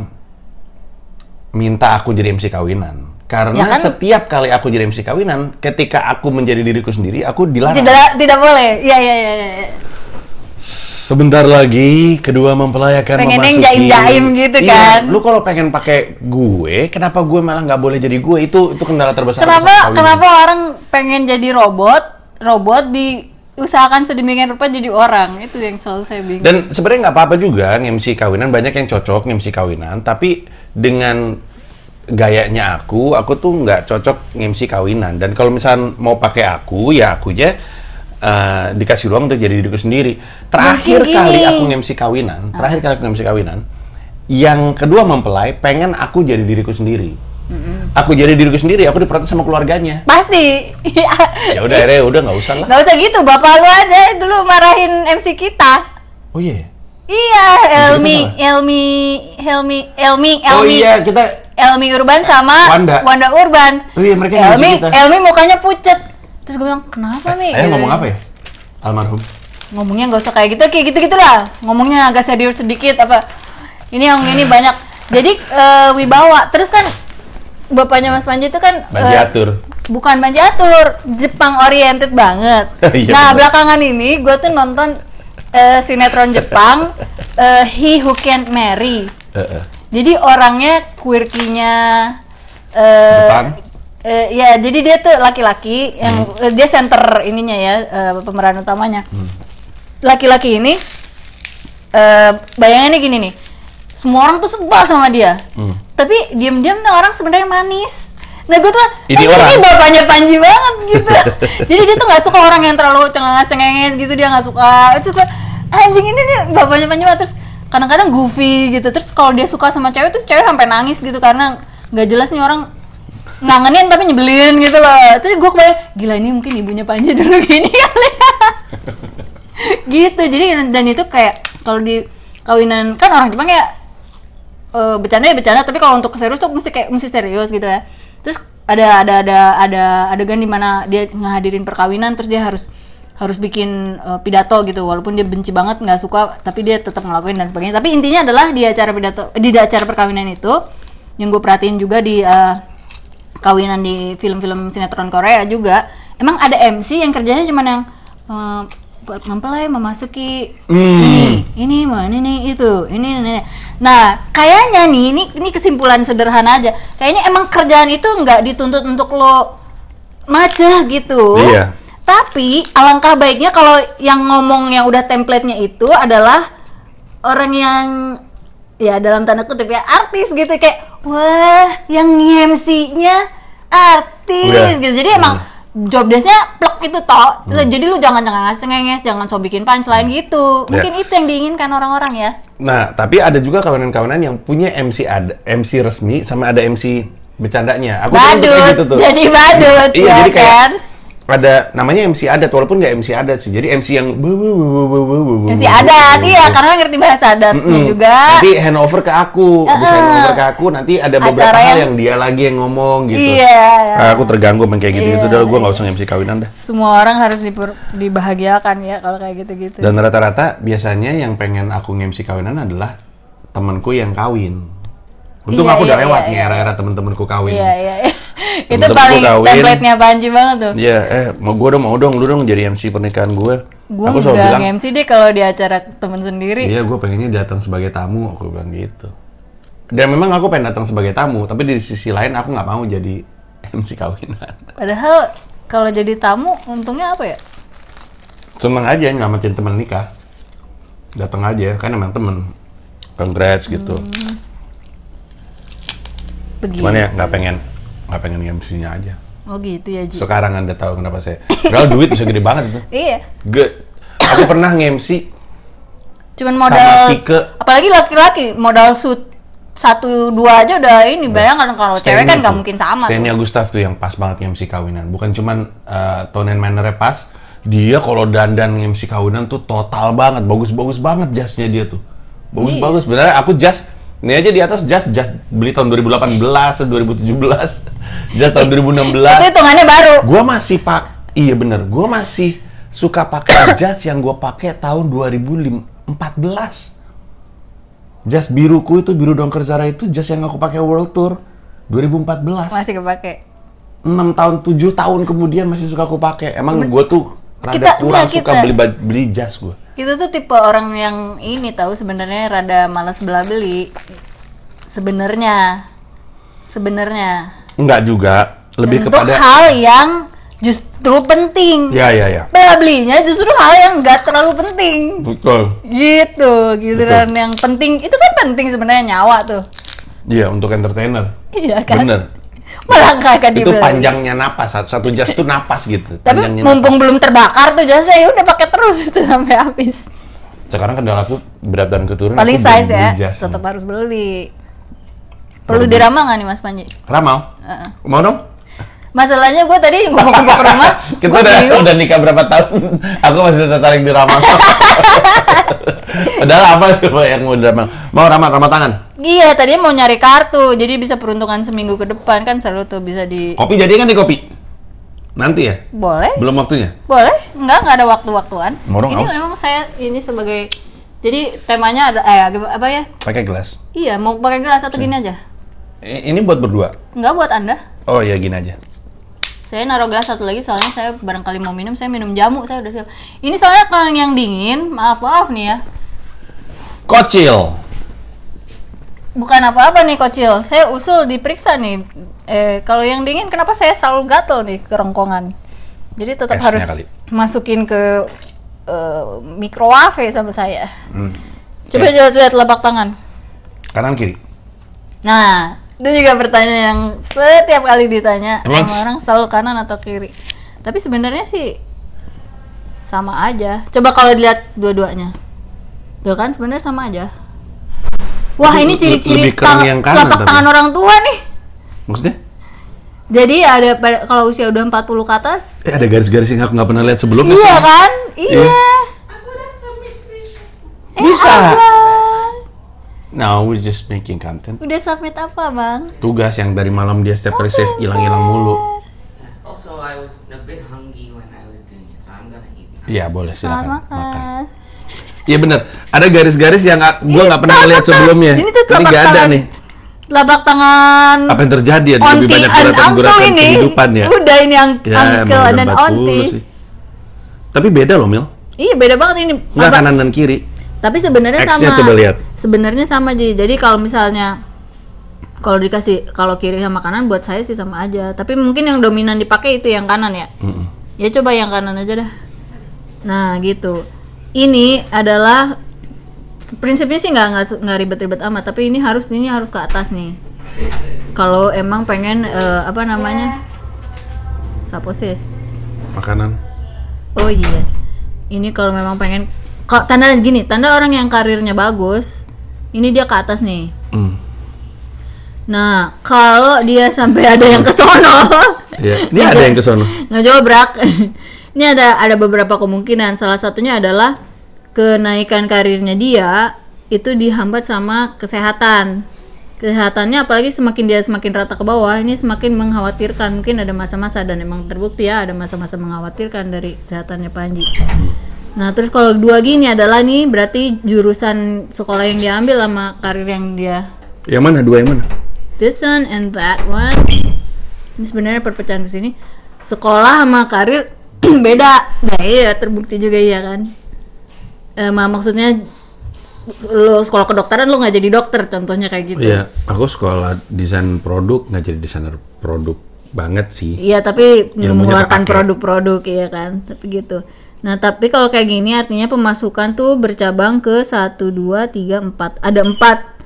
B: minta aku jadi MC kawinan. Karena
A: Ya kan?
B: setiap kali aku jadi MC kawinan, ketika aku menjadi diriku sendiri, aku dilarang.
A: tidak tidak boleh iya iya iya iya.
B: Sebentar lagi kedua mempelai akan
A: Pengennya
B: memasuki.
A: jaim-jaim gitu
B: Iya,
A: kan?
B: Lu kalau pengen pakai gue, kenapa gue malah nggak boleh jadi gue? Itu itu kendala terbesar.
A: kenapa
B: aku sama kawin.
A: kenapa orang pengen jadi robot robot diusahakan sedemikian rupa jadi orang itu yang selalu saya bingung
B: Dan sebenarnya nggak apa-apa juga MC kawinan banyak yang cocok MC kawinan, tapi dengan gayanya aku, aku tuh nggak cocok MC kawinan. Dan kalau misal mau pakai aku, ya akunya eh, dikasih ruang untuk jadi diriku sendiri. Terakhir
A: Mungkin
B: kali
A: gini.
B: aku MC kawinan, terakhir kali aku MC kawinan, yang kedua mempelai pengen aku jadi diriku sendiri. Aku jadi diriku sendiri, aku diprotes sama keluarganya.
A: Pasti. Iya.
B: Ya udah, re, udah nggak usah lah.
A: Nggak usah gitu, bapak lu aja dulu marahin MC kita.
B: Oh iya. ya?
A: Iya, Elmi,
B: kenapa?
A: Elmi, Helmi, Elmi,
B: Oh
A: Elmi,
B: iya, kita
A: Elmi Urban sama
B: Wanda.
A: Urban.
B: Oh iya, mereka yang
A: Elmi,
B: MC kita.
A: Elmi mukanya pucet. Terus gue bilang, kenapa Mi?
B: Ayah
A: Gitu.
B: ngomong apa ya? Almarhum.
A: Ngomongnya nggak usah kayak gitu, kayak gitu-gitu lah. Ngomongnya agak serius sedikit apa. Ini yang ini banyak. Jadi eh, wibawa. Terus kan bapaknya Mas Panji itu kan
B: Banji
A: eh,
B: atur.
A: bukan banji atur, Jepang oriented banget.
B: Iya,
A: nah
B: bener.
A: belakangan ini gue tuh nonton eh, sinetron Jepang eh, He Who Can't Marry.
B: Heeh.
A: Jadi orangnya quirky-nya eh,
B: Jepang? Hmm.
A: eh, ya, jadi dia tuh laki-laki yang eh, dia center ininya ya eh, pemeran utamanya. Laki-laki ini eh bayangannya gini nih, semua orang tuh sebel sama dia.
B: Hmm.
A: Tapi diam-diam tuh orang sebenarnya manis. Nah gue tuh,
B: Ini
A: eh,
B: orang.
A: ini bapaknya Panji banget gitu. jadi dia tuh nggak suka orang yang terlalu cengenges-cengenges gitu dia nggak suka. Terus gue, anjing ini nih bapaknya Panji banget. Terus kadang-kadang goofy gitu. Terus kalau dia suka sama cewek terus cewek sampai nangis gitu karena nggak jelas nih orang ngangenin tapi nyebelin gitu loh. Terus gue kebayang, gila ini mungkin ibunya Panji dulu gini kali ya gitu jadi dan itu kayak kalau di kawinan kan orang Jepang ya eh, bercanda ya bercanda tapi kalau untuk serius tuh mesti kayak mesti serius gitu ya terus ada ada ada ada adegan dimana dia ngehadirin perkawinan terus dia harus harus bikin eh, pidato gitu walaupun dia benci banget nggak suka tapi dia tetap ngelakuin dan sebagainya tapi intinya adalah di acara pidato di acara perkawinan itu yang gue perhatiin juga di eh, kawinan di film-film sinetron Korea juga emang ada MC yang kerjanya cuman yang eh, buat mempelai memasuki
B: Hmm.
A: ini, ini mana ini itu, ini, ini. Nah, kayaknya nih ini ini kesimpulan sederhana aja. Kayaknya emang kerjaan itu nggak dituntut untuk lo macet gitu.
B: Iya.
A: Tapi alangkah baiknya kalau yang ngomong yang udah template-nya itu adalah orang yang ya dalam tanda kutip ya artis gitu kayak wah yang MC-nya artis
B: Iya.
A: gitu. Jadi emang job desk-nya plek itu toh.
B: Hmm.
A: Jadi lu jangan jangan ngasih jangan so bikin punchline gitu.
B: Iya.
A: Mungkin itu yang diinginkan orang-orang ya.
B: Nah, tapi ada juga kawanan-kawanan yang punya MC ada, MC resmi sama ada MC bercandanya. Aku sering kayak
A: Badut.
B: gitu tuh.
A: Jadi badut
B: Iya,
A: ya
B: jadi kayak
A: kan?
B: ada namanya MC adat walaupun nggak MC adat sih. Jadi MC yang bu- bu- bu- bu- bu- bu- bu- bu-
A: Masih
B: bu-
A: adat,
B: bu- bu-
A: iya
B: bu-
A: karena ngerti bahasa adatnya
B: Mm-mm.
A: juga.
B: Nanti handover ke aku, habis
A: Eh, eh.
B: handover ke aku nanti ada beberapa
A: Acara
B: hal
A: yang-
B: yang dia lagi yang ngomong gitu.
A: Iya.
B: Ah, aku terganggu sama kayak gitu-gitu.
A: Iya,
B: Udah gue nggak usah MC kawinan dah.
A: Semua orang harus diper- dibahagiakan ya kalau kayak gitu-gitu.
B: Dan rata-rata biasanya yang pengen aku ngemsi kawinan adalah temanku yang kawin. Untung
A: Iya,
B: aku udah
A: iya,
B: lewat
A: iya,
B: nih
A: iya.
B: era-era temen-temenku kawin.
A: Iya, iya. iya. itu
B: Temen-temen
A: paling
B: gua kawin.
A: template-nya Panji banget tuh.
B: Iya, eh mau gue dong, mau dong, lu dong jadi MC pernikahan gue.
A: Gue
B: aku selalu bilang,
A: nggak MC deh kalau di acara temen sendiri.
B: iya gue pengennya datang sebagai tamu, aku bilang gitu. Dan memang aku pengen datang sebagai tamu, tapi di sisi lain aku nggak mau jadi MC kawinan.
A: Padahal kalau jadi tamu untungnya apa ya?
B: Seneng aja nyelamatin temen nikah. Datang aja, kan emang temen. Congrats gitu.
A: Hmm, Begitu.
B: Cuman ya nggak pengen, nggak pengen MC-nya aja.
A: Oh gitu ya Ji.
B: Sekarang anda tahu kenapa saya. Kalau duit bisa gede banget itu.
A: Iya.
B: Ge. Aku pernah nge-MC
A: Cuman modal.
B: Kike.
A: Apalagi laki-laki modal suit satu dua aja udah ini bayangkan kalau cewek kan nggak mungkin sama. tuh.
B: Stenya Gustaf tuh yang pas banget nge-MC kawinan. Bukan cuman eh, tone and manner pas, dia kalau dandan nge-MC kawinan tuh total banget, bagus-bagus banget jasnya dia tuh.
A: Iya.
B: Bagus-bagus. Beneran aku jas ini aja di atas jas jas beli tahun 2018 atau 2017. Jas tahun 2016.
A: Itu hitungannya baru.
B: Gua masih pak, iya bener, gua masih suka pakai jas yang gua pakai tahun 2014. Jas biruku itu biru dongker Zara itu jas yang aku pakai World Tour 2014.
A: Masih kepake.
B: 6 tahun 7 tahun kemudian masih suka aku pakai. Emang gua tuh rada
A: Kita-
B: kurang
A: enggak,
B: suka
A: kita.
B: beli baj- beli jas gua.
A: Kita tuh tipe orang yang ini tahu sebenarnya rada malas belah beli. Sebenarnya. Sebenarnya.
B: Enggak juga, lebih
A: Untuk
B: kepada
A: hal yang justru penting.
B: Ya ya ya.
A: Bela belinya justru hal yang nggak terlalu penting.
B: Betul.
A: Gitu, giliran yang penting itu kan penting sebenarnya nyawa tuh.
B: Iya, untuk entertainer.
A: Iya kan?
B: Bener.
A: Malah nggak akan
B: Itu
A: dibeli.
B: panjangnya napas, sat- satu jas tuh napas gitu.
A: Tapi
B: panjangnya
A: mumpung belum terbakar tuh jasa ya udah pakai terus itu sampai habis.
B: sekarang kendala aku berat dan keturunan
A: Paling
B: aku belum
A: size
B: beli
A: ya,
B: jasnya.
A: tetap harus beli. Perlu
B: Baru beli.
A: diramal nggak nih Mas Panji?
B: ramal
A: Heeh.
B: mau dong
A: Masalahnya gue tadi ngomong ke rumah,
B: kita
A: gua
B: udah
A: bingung.
B: udah nikah berapa tahun aku masih tertarik di ramal padahal apa coba yang mau ramal mau ramal ramal tangan
A: Iya, tadinya mau nyari kartu, jadi bisa peruntungan seminggu ke depan kan selalu tuh bisa di
B: kopi jadi kan di kopi nanti ya
A: boleh
B: belum waktunya
A: Boleh, enggak enggak ada waktu-waktuan.
B: Mau dong,
A: ini
B: aus.
A: memang saya ini sebagai jadi temanya ada eh ag- apa ya?
B: pakai gelas
A: Iya, mau pakai gelas atau gini aja?
B: I- ini buat berdua
A: Enggak buat Anda.
B: oh ya gini aja
A: Saya naruh gelas satu lagi soalnya saya barangkali mau minum, saya minum jamu, saya udah siap. Ini soalnya kalau yang dingin, maaf-maaf nih ya.
B: kocil
A: Bukan apa-apa nih kocil, saya usul diperiksa nih. Eh, kalau yang dingin kenapa saya selalu gatel nih kerongkongan? Jadi tetap
B: Esnya
A: harus
B: kali.
A: masukin ke eh, microwave sama saya.
B: hmm.
A: Coba lihat lihat lapak tangan.
B: kanan kiri
A: Nah, itu juga pertanyaan yang setiap kali ditanya
B: Emang?
A: sama orang selalu kanan atau kiri. Tapi sebenarnya sih sama aja. Coba kalau dilihat dua-duanya. Tuh kan sebenarnya sama aja. Wah,
B: Tapi
A: ini
B: le-
A: ciri-ciri
B: lebih keren
A: tang-
B: yang kanan
A: telapak
B: tapi.
A: tangan orang tua nih.
B: maksudnya
A: Jadi ada pada- kalau usia udah 40 ke atas.
B: eh ada garis-garis yang aku nggak pernah lihat sebelumnya
A: Iya kan? Iya. Eh,
B: Bisa.
A: apa?
B: now we're just making content
A: Udah submit apa, Bang?
B: tugas yang dari malam dia setiap kali save hilang-hilang mulu.
C: Also, I was a bit hungry when I was doing it, so I'm gonna eat now.
B: Iya boleh silakan
A: Selamat
B: makan.
A: makan.
B: Iya benar. Ada garis-garis yang ak- gua nggak pernah
A: telapak
B: lihat
A: tangan.
B: sebelumnya.
A: Ini tuh telapak
B: nggak ada
A: tangan.
B: nih.
A: Telapak tangan
B: Apa yang terjadi ada lebih
A: Onti
B: banyak
A: and Uncle
B: gerakan-gerakan
A: ini
B: kehidupan ya.
A: udah ini ang-
B: Ya, emang
A: Uncle
B: udah
A: dan
B: 40
A: Onti
B: sih. Tapi beda loh Mil.
A: Iya beda banget ini.
B: Nggak
A: Apa-
B: kanan dan kiri.
A: Tapi sebenarnya
B: X-nya
A: sama.
B: coba lihat.
A: Sebenarnya sama Ji. Jadi kalau misalnya kalau dikasih kalau kiri sama kanan buat saya sih sama aja. Tapi mungkin yang dominan dipakai itu yang kanan ya.
B: Mm-mm.
A: Ya coba yang kanan aja dah. Nah gitu. Ini adalah prinsipnya sih nggak nggak su- nggak ribet-ribet amat. Tapi ini harus ini harus ke atas nih. Kalau emang pengen eh, apa namanya? Sapo sih?
B: Makanan.
A: Oh iya. Ini kalau memang pengen kalau tanda gini, tanda orang yang karirnya bagus, ini dia ke atas nih.
B: Mm.
A: Nah, kalau dia sampai ada yang ke sono,
B: Iya. Ini ada yang ke sono.
A: ngejobrak. ini ada ada beberapa kemungkinan. Salah satunya adalah kenaikan karirnya dia itu dihambat sama kesehatan. Kesehatannya apalagi semakin dia semakin rata ke bawah, ini semakin mengkhawatirkan. Mungkin ada masa-masa dan emang terbukti ya ada masa-masa mengkhawatirkan dari kesehatannya Panji. Nah, terus kalau dua gini adalah nih berarti jurusan sekolah yang diambil sama karir yang dia
B: Yang mana? Dua yang mana?
A: this one and that one ini sebenarnya perpecahan ke sini sekolah sama karir beda nah iya terbukti juga iya kan Eh, ma- maksudnya lo sekolah kedokteran lo nggak jadi dokter contohnya kayak gitu
B: Iya. Aku sekolah desain produk nggak jadi desainer produk banget sih.
A: Iya tapi
B: Ilmunya
A: mengeluarkan
B: kepake.
A: produk-produk ya kan, tapi gitu. Nah tapi kalau kayak gini artinya pemasukan tuh bercabang ke satu dua tiga empat ada empat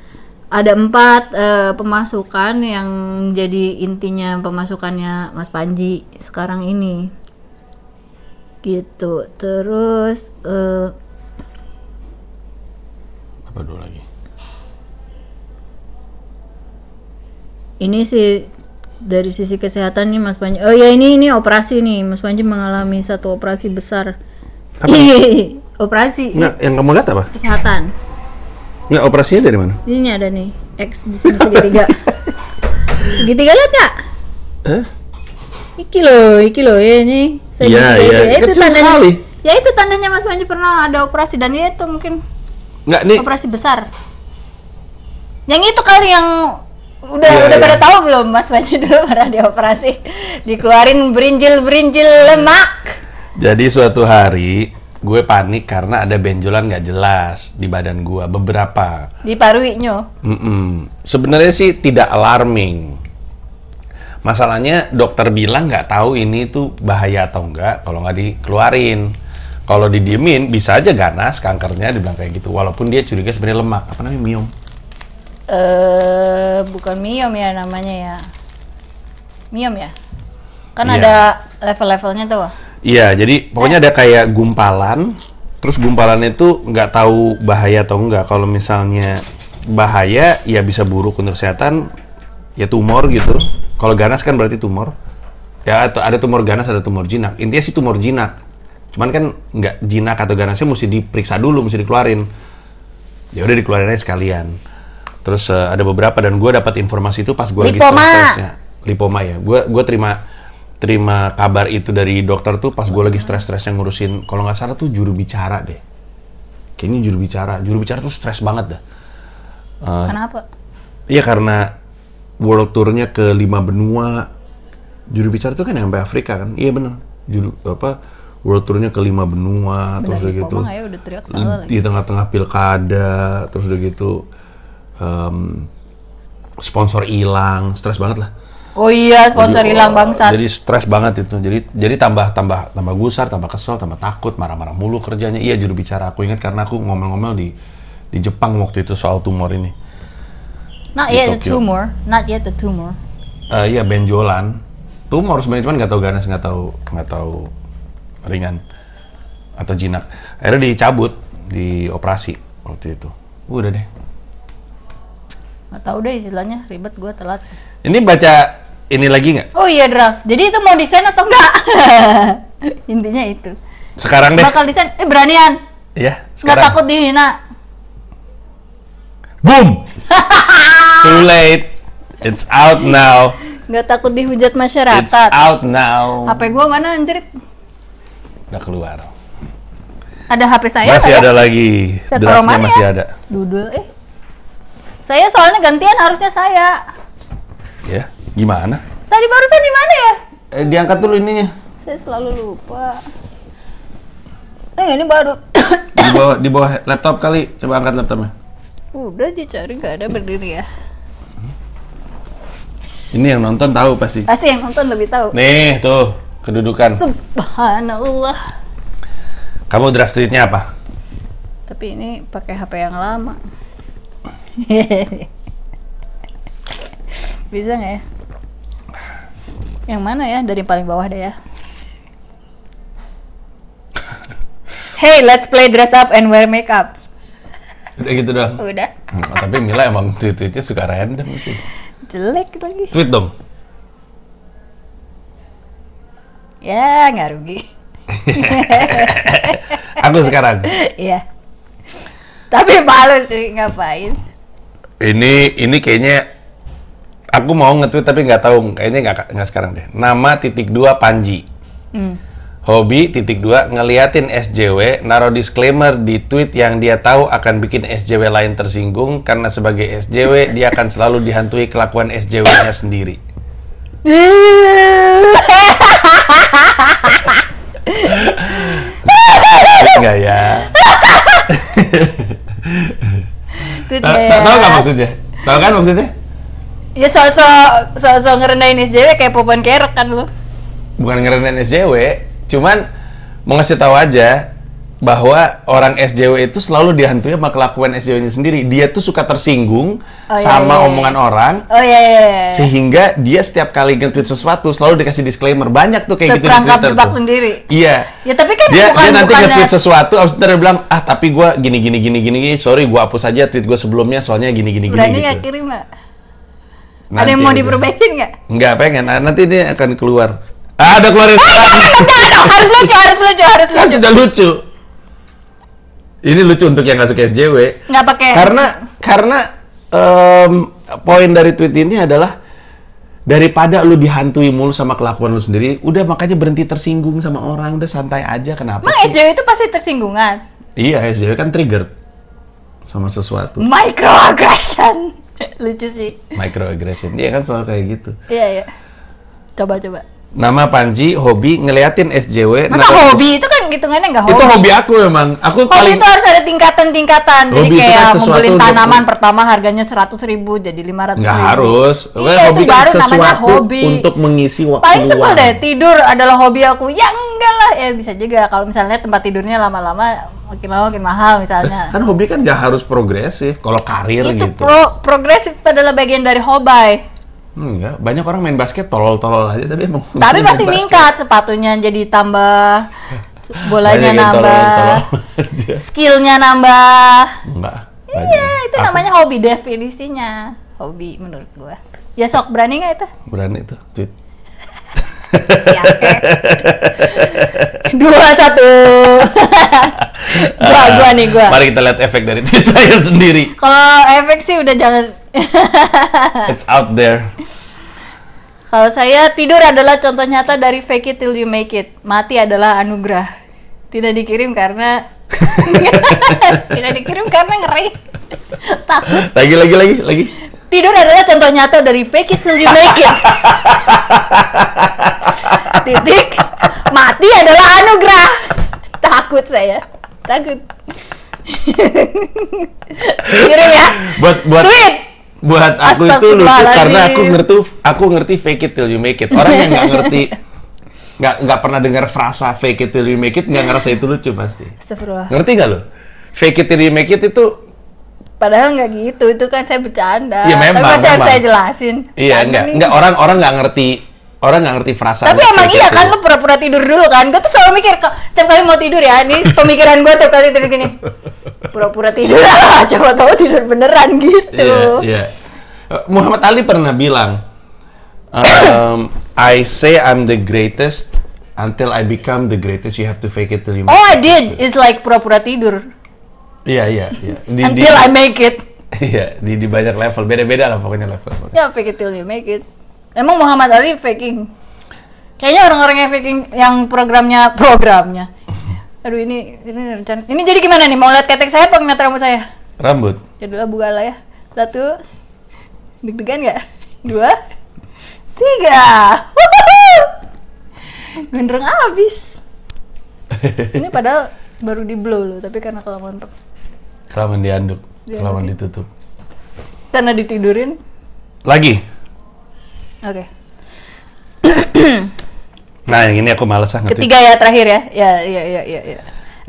A: ada empat eh, pemasukan yang jadi intinya pemasukannya Mas Panji sekarang ini gitu terus eh,
B: Apa dua lagi?
A: ini sih dari sisi kesehatan nih Mas Panji oh ya ini ini operasi nih Mas Panji mengalami satu operasi besar
B: Apa?
A: operasi
B: Nggak, yang kamu lihat apa?
A: kesehatan
B: Nggak, operasinya dari mana?
A: ini ada nih X di sini segitiga segitiga lihat nggak
B: Eh?
A: iki loh iki loh ya ini
B: Iya,
A: segitiga
B: iya.
A: itu. Ya, itu
B: Kecil
A: tandanya
B: sekali.
A: ya itu tandanya Mas Panji pernah ada operasi dan ya itu mungkin
B: Nggak, nih.
A: operasi besar yang itu kali yang udah
B: Iya,
A: udah
B: iya.
A: pada tahu belum Mas Panji dulu pernah dioperasi dikeluarin berinjil berinjil lemak
B: Jadi suatu hari gue panik karena ada benjolan nggak jelas di badan gue beberapa.
A: di paruinya
B: Mm-mm. Sebenarnya sih tidak alarming. Masalahnya dokter bilang nggak tahu ini tuh bahaya atau enggak kalau nggak dikeluarin. Kalau didiemin bisa aja ganas kankernya dibilang kayak gitu. Walaupun dia curiga sebenarnya lemak apa namanya miom.
A: eh bukan miom ya namanya ya miom ya kan
B: Iya.
A: ada level-levelnya tuh
B: Iya, jadi pokoknya ada kayak gumpalan. Terus gumpalan itu nggak tahu bahaya atau enggak. Kalau misalnya bahaya, ya bisa buruk untuk kesehatan. Ya tumor gitu. Kalau ganas kan berarti tumor. Ya atau ada tumor ganas, ada tumor jinak. Intinya sih tumor jinak. Cuman kan nggak jinak atau ganasnya mesti diperiksa dulu, mesti dikeluarin. Ya udah dikeluarin aja sekalian. Terus eh, ada beberapa dan gue dapat informasi itu pas gue lagi
A: Lipoma.
B: stres-stresnya. Lipoma ya. Gue gue terima terima kabar itu dari dokter tuh pas gue lagi stres-stresnya ngurusin kalau nggak salah tuh juru bicara deh. Kayaknya juru bicara, juru bicara tuh stres banget dah. Eh,
A: kenapa
B: Iya karena world tournya ke lima benua. Juru bicara tuh kan yang sampai Afrika kan? Iya bener. Juru apa world tournya ke lima benua
A: benar
B: terus udah gitu. Hmm.
A: lipoma nggak ya udah teriak salah lagi
B: Di tengah-tengah pilkada terus udah gitu em, sponsor hilang, stres banget lah.
A: oh iya sponsor
B: Jadi,
A: hilang
B: oh,
A: bangsat
B: Jadi stres banget itu. Jadi jadi tambah tambah tambah gusar, tambah kesel, tambah takut, marah-marah mulu kerjanya. Iya juru bicara aku ingat karena aku ngomel-ngomel di di Jepang waktu itu soal tumor ini.
A: not
B: di
A: yet a
B: Tokyo.
A: tumor not yet a tumor
B: Eh, iya benjolan. Tumor sebenarnya cuman nggak tahu ganas, nggak tahu nggak tahu ringan atau jinak. Akhirnya dicabut di operasi waktu itu. Udah deh.
A: nggak tahu deh istilahnya ribet gue telat
B: Ini baca ini lagi nggak?
A: oh iya draft jadi itu mau desain atau enggak intinya itu
B: Sekarang deh.
A: bakal desain eh beranian
B: Ya,
A: nggak
B: sekarang.
A: takut dihina
B: Boom. Too late. It's out now.
A: nggak takut dihujat
B: It's
A: masyarakat
B: out now.
A: HP gue mana anjir
B: Udah keluar.
A: ada HP saya
B: Masih
A: nggak ya?
B: ada lagi.
A: Set ya.
B: Draftnya
A: Romania.
B: masih ada.
A: Dudul eh. Saya soalnya gantian harusnya saya.
B: Ya, gimana?
A: Tadi barusan di mana ya?
B: Eh, diangkat dulu ininya.
A: Saya selalu lupa. eh ini baru
B: Di bawah, di bawah laptop kali. Coba angkat laptopnya.
A: udah dicari nggak ada berdiri ya
B: Ini yang nonton tahu pasti.
A: pasti yang nonton lebih tahu
B: Nih, kan. tuh kedudukan.
A: subhanallah
B: Kamu draft tweetnya apa?
A: tapi ini pakai HP yang lama bisa nggak ya yang mana ya dari paling bawah deh ya Hey, let's play dress up and wear makeup.
B: Udah gitu doang.
A: Udah,
B: Hmm, tapi Mila emang tweet-tweetnya suka random sih.
A: jelek lagi.
B: Tweet dong.
A: Ya, nggak rugi.
B: Aku sekarang.
A: Iya. Tapi malu sih ngapain.
B: Ini ini kayaknya aku mau nge-tweet tapi nggak tahu. Kayaknya nggak nggak sekarang deh. Nama titik dua Panji.
A: Hmm.
B: Hobi titik dua ngeliatin SJW, naruh disclaimer di tweet yang dia tahu akan bikin SJW lain tersinggung karena sebagai SJW dia akan selalu dihantui kelakuan SJW-nya sendiri. Enggak ya?
A: Itu
B: Ta-
A: dia.
B: ta- Tahu nggak maksudnya? Tahu kan maksudnya?
A: Ya sosok sosok ngerendahin SJW kayak popon kerek kan lu.
B: Bukan ngerendahin SJW, cuman mau ngasih tahu aja bahwa orang SJW itu selalu dihantui sama kelakuan SJW-nya sendiri. Dia tuh suka tersinggung
A: Oh, iya, iya,
B: sama
A: iya.
B: omongan orang
A: Oh iya iya. iya.
B: sehingga dia setiap kali nge-tweet sesuatu selalu dikasih disclaimer banyak tuh kayak gitu di
A: Terperangkap
B: Twitter
A: jebak
B: tuh.
A: sendiri.
B: Iya.
A: Ya tapi kan
B: Dia,
A: bukan
B: dia nanti
A: bukannya
B: nge-tweet sesuatu, abis itu dia bilang, ah tapi gua gini gini gini gini, gini, sorry gua hapus aja tweet gua sebelumnya soalnya gini gini gini
A: berani nggak
B: gitu.
A: kirim nggak? Ada
B: Nanti
A: yang mau
B: aja.
A: diperbaikin nggak?
B: Nggak pengen, ah, nanti dia akan keluar. Ah, udah keluarin
A: Oh,
B: sekarang.
A: Enggak, dong, harus lucu, harus lucu, harus
B: kan
A: lucu.
B: sudah lucu. Ini lucu untuk yang nggak suka SJW.
A: Nggak pakai.
B: karena karena em, poin dari tweet ini adalah daripada lu dihantui mulu sama kelakuan lu sendiri, udah makanya berhenti tersinggung sama orang, udah santai aja kenapa?
A: Emang
B: sih?
A: SJW itu pasti tersinggungan.
B: Iya, SJW kan trigger sama sesuatu.
A: Microaggression. lucu sih.
B: Microaggression. Iya kan selalu kayak gitu.
A: Iya iya. Coba coba.
B: Nama Panji hobi ngeliatin SJW.
A: Masa
B: Nah,
A: hobi itu kan hitungannya nggak hobi.
B: Itu hobi aku emang. Aku
A: Hobi
B: paling
A: itu harus ada tingkatan-tingkatan. Jadi
B: Hobi itu
A: kayak
B: kan sesuatu
A: ngumpulin
B: untuk-
A: tanaman pertama harganya 100 ribu jadi 500
B: nggak
A: ribu.
B: harus.
A: Iya,
B: Pokoknya
A: itu
B: hobi kan
A: baru namanya
B: sesuatu
A: hobi.
B: untuk mengisi waktu
A: Paling sebel
B: luang.
A: deh, tidur adalah hobi aku. Ya enggak lah, ya bisa juga. Kalau misalnya tempat tidurnya lama-lama makin lama makin mahal misalnya.
B: Kan hobi kan nggak harus progresif. Kalau karir
A: itu
B: gitu.
A: pro progres itu adalah bagian dari hobi.
B: Hmm, Enggak, banyak orang main basket tolol-tolol aja tapi emang
A: Tapi pasti
B: main Iya, basket.
A: meningkat sepatunya jadi tambah, bolanya
B: Banyak yang
A: nambah,
B: tolol-tolol aja.
A: skillnya nambah.
B: Enggak.
A: Iya, itu namanya hobi definisinya. Hobi menurut gua. Ya sok berani nggak itu?
B: berani itu tweet.
A: Ya, oke. Dua satu. gua gua nih gua.
B: Mari kita lihat efek dari tweet saya sendiri.
A: Kalau efek sih udah jangan.
B: It's out there.
A: Kalau saya tidur adalah contoh nyata dari fake it till you make it. Mati adalah anugerah. Tidak dikirim karena tidak dikirim karena ngeri. Takut.
B: Lagi lagi lagi lagi.
A: Tidur adalah contoh nyata dari fake it till you make it. Titik. Mati adalah anugerah. Takut saya. Takut. Kirim ya.
B: Buat buat
A: Tweet.
B: buat aku itu lucu
A: Astagfirullahaladzim.
B: karena aku ngerti aku ngerti fake it till you make it. Orang yang nggak ngerti nggak nggak pernah dengar frasa fake it till you make it nggak ngerasa itu lucu pasti.
A: Astagfirullah.
B: Ngerti nggak lo? Fake it till you make it itu
A: Padahal nggak gitu, itu kan saya bercanda.
B: Iya,
A: Tapi
B: memang,
A: pasti harus
B: memang.
A: saya jelasin.
B: Iya,
A: Bercanda
B: enggak,
A: nih.
B: enggak orang orang nggak ngerti orang nggak ngerti frasa.
A: Tapi emang iya
B: gitu
A: kan lu pura-pura tidur dulu kan? Gue tuh selalu mikir kok tiap kali mau tidur ya, ini pemikiran gue tiap kali tidur gini. Pura-pura tidur lah, coba tahu tidur beneran
B: Iya,
A: gitu.
B: iya. Eh, Muhammad Ali pernah bilang, um, I say I'm the greatest until I become the greatest. You have to fake it till you.
A: Oh,
B: make
A: I
B: it."
A: did. It's like pura-pura tidur
B: Iya, iya, iya. Di, di,
A: until I make it.
B: iya, di, di banyak level, beda-beda lah pokoknya level.
A: Ya, fake it till you make it. Emang Muhammad Ali faking. Kayaknya orang-orang yang faking yang programnya programnya. Aduh ini ini rencana. Ini jadi gimana nih? Mau lihat ketek saya apa ngeliat rambut saya?
B: Rambut.
A: Jadilah buka lah ya. Satu. Deg-degan nggak? Dua. Tiga. Wuhuhu. Gondrong abis. Ini padahal baru di blow loh tapi karena kelamaan pe-
B: Kelamaan dianduk,
A: Dianduk.
B: kelamaan ditutup.
A: karena ditidurin
B: Lagi.
A: oke
B: Nah, yang ini aku males ah ngetik.
A: ketiga ya terakhir ya ya ya ya ya,
B: Iya.
A: ya.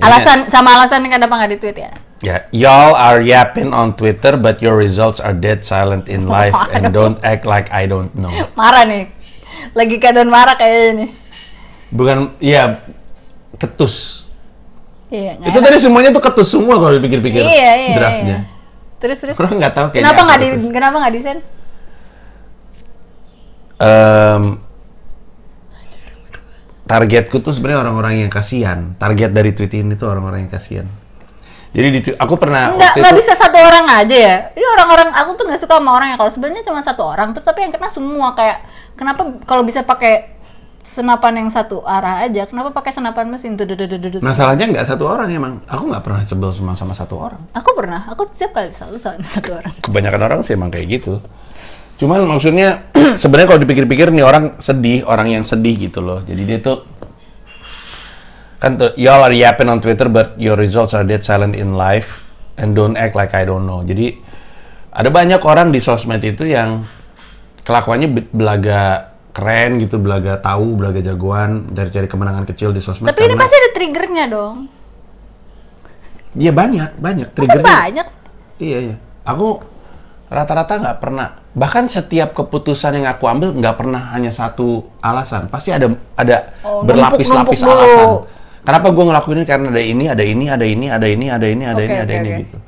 A: alasan sama alasan kenapa nggak di tweet ya
B: Ya, y'all are yapping on Twitter, but your results are dead silent in life and don't act like I don't know.
A: marah nih lagi keadaan marah kayaknya nih
B: Bukan, ya ketus.
A: iya nggak
B: Itu
A: enak.
B: tadi semuanya tuh ketus semua kalau dipikir-pikir
A: iya iya
B: draftnya.
A: iya. terus terus
B: Kurang nggak tahu kayaknya.
A: kenapa
B: apa
A: nggak di
B: ketus.
A: kenapa nggak di send
B: Em, targetku tuh sebenarnya orang-orang yang kasihan. Target dari tweet ini tuh orang-orang yang kasihan. Jadi di twi- aku
A: nggak
B: pernah waktu
A: nggak
B: itu-
A: bisa satu orang aja ya ini orang-orang aku tuh nggak suka sama orang ya kalau sebenarnya cuma satu orang terus tapi yang kena semua kayak kenapa kalau bisa pakai senapan yang satu arah aja kenapa pakai senapan mesin tuh
B: masalahnya nggak satu orang emang. Aku nggak pernah sebel sama sama satu orang.
A: aku pernah aku setiap kali satu sama satu orang
B: kebanyakan orang sih emang kayak gitu. Cuman maksudnya sebenarnya kalau dipikir-pikir nih orang sedih, orang yang sedih gitu loh. Jadi dia tuh kan tuh y'all are yapping on Twitter but your results are dead silent in life and don't act like I don't know. Jadi ada banyak orang di sosmed itu yang kelakuannya be- belaga keren gitu, belaga tahu, belaga jagoan, cari-cari kemenangan kecil di sosmed.
A: tapi ini
B: Nah, karena-
A: pasti ada triggernya dong
B: Iya banyak, banyak
A: Masa
B: triggernya.
A: banyak
B: Iya iya. Aku rata-rata nggak pernah. Bahkan setiap keputusan yang aku ambil nggak pernah hanya satu alasan. Pasti ada ada
A: Oh,
B: berlapis-lapis
A: numpuk-numpuk dulu.
B: alasan. Kenapa gue ngelakuin ini? Karena ada ini, ada ini, ada ini, ada ini, ada ini, ada
A: Oke,
B: ini, ada
A: oke,
B: ini
A: oke.
B: gitu.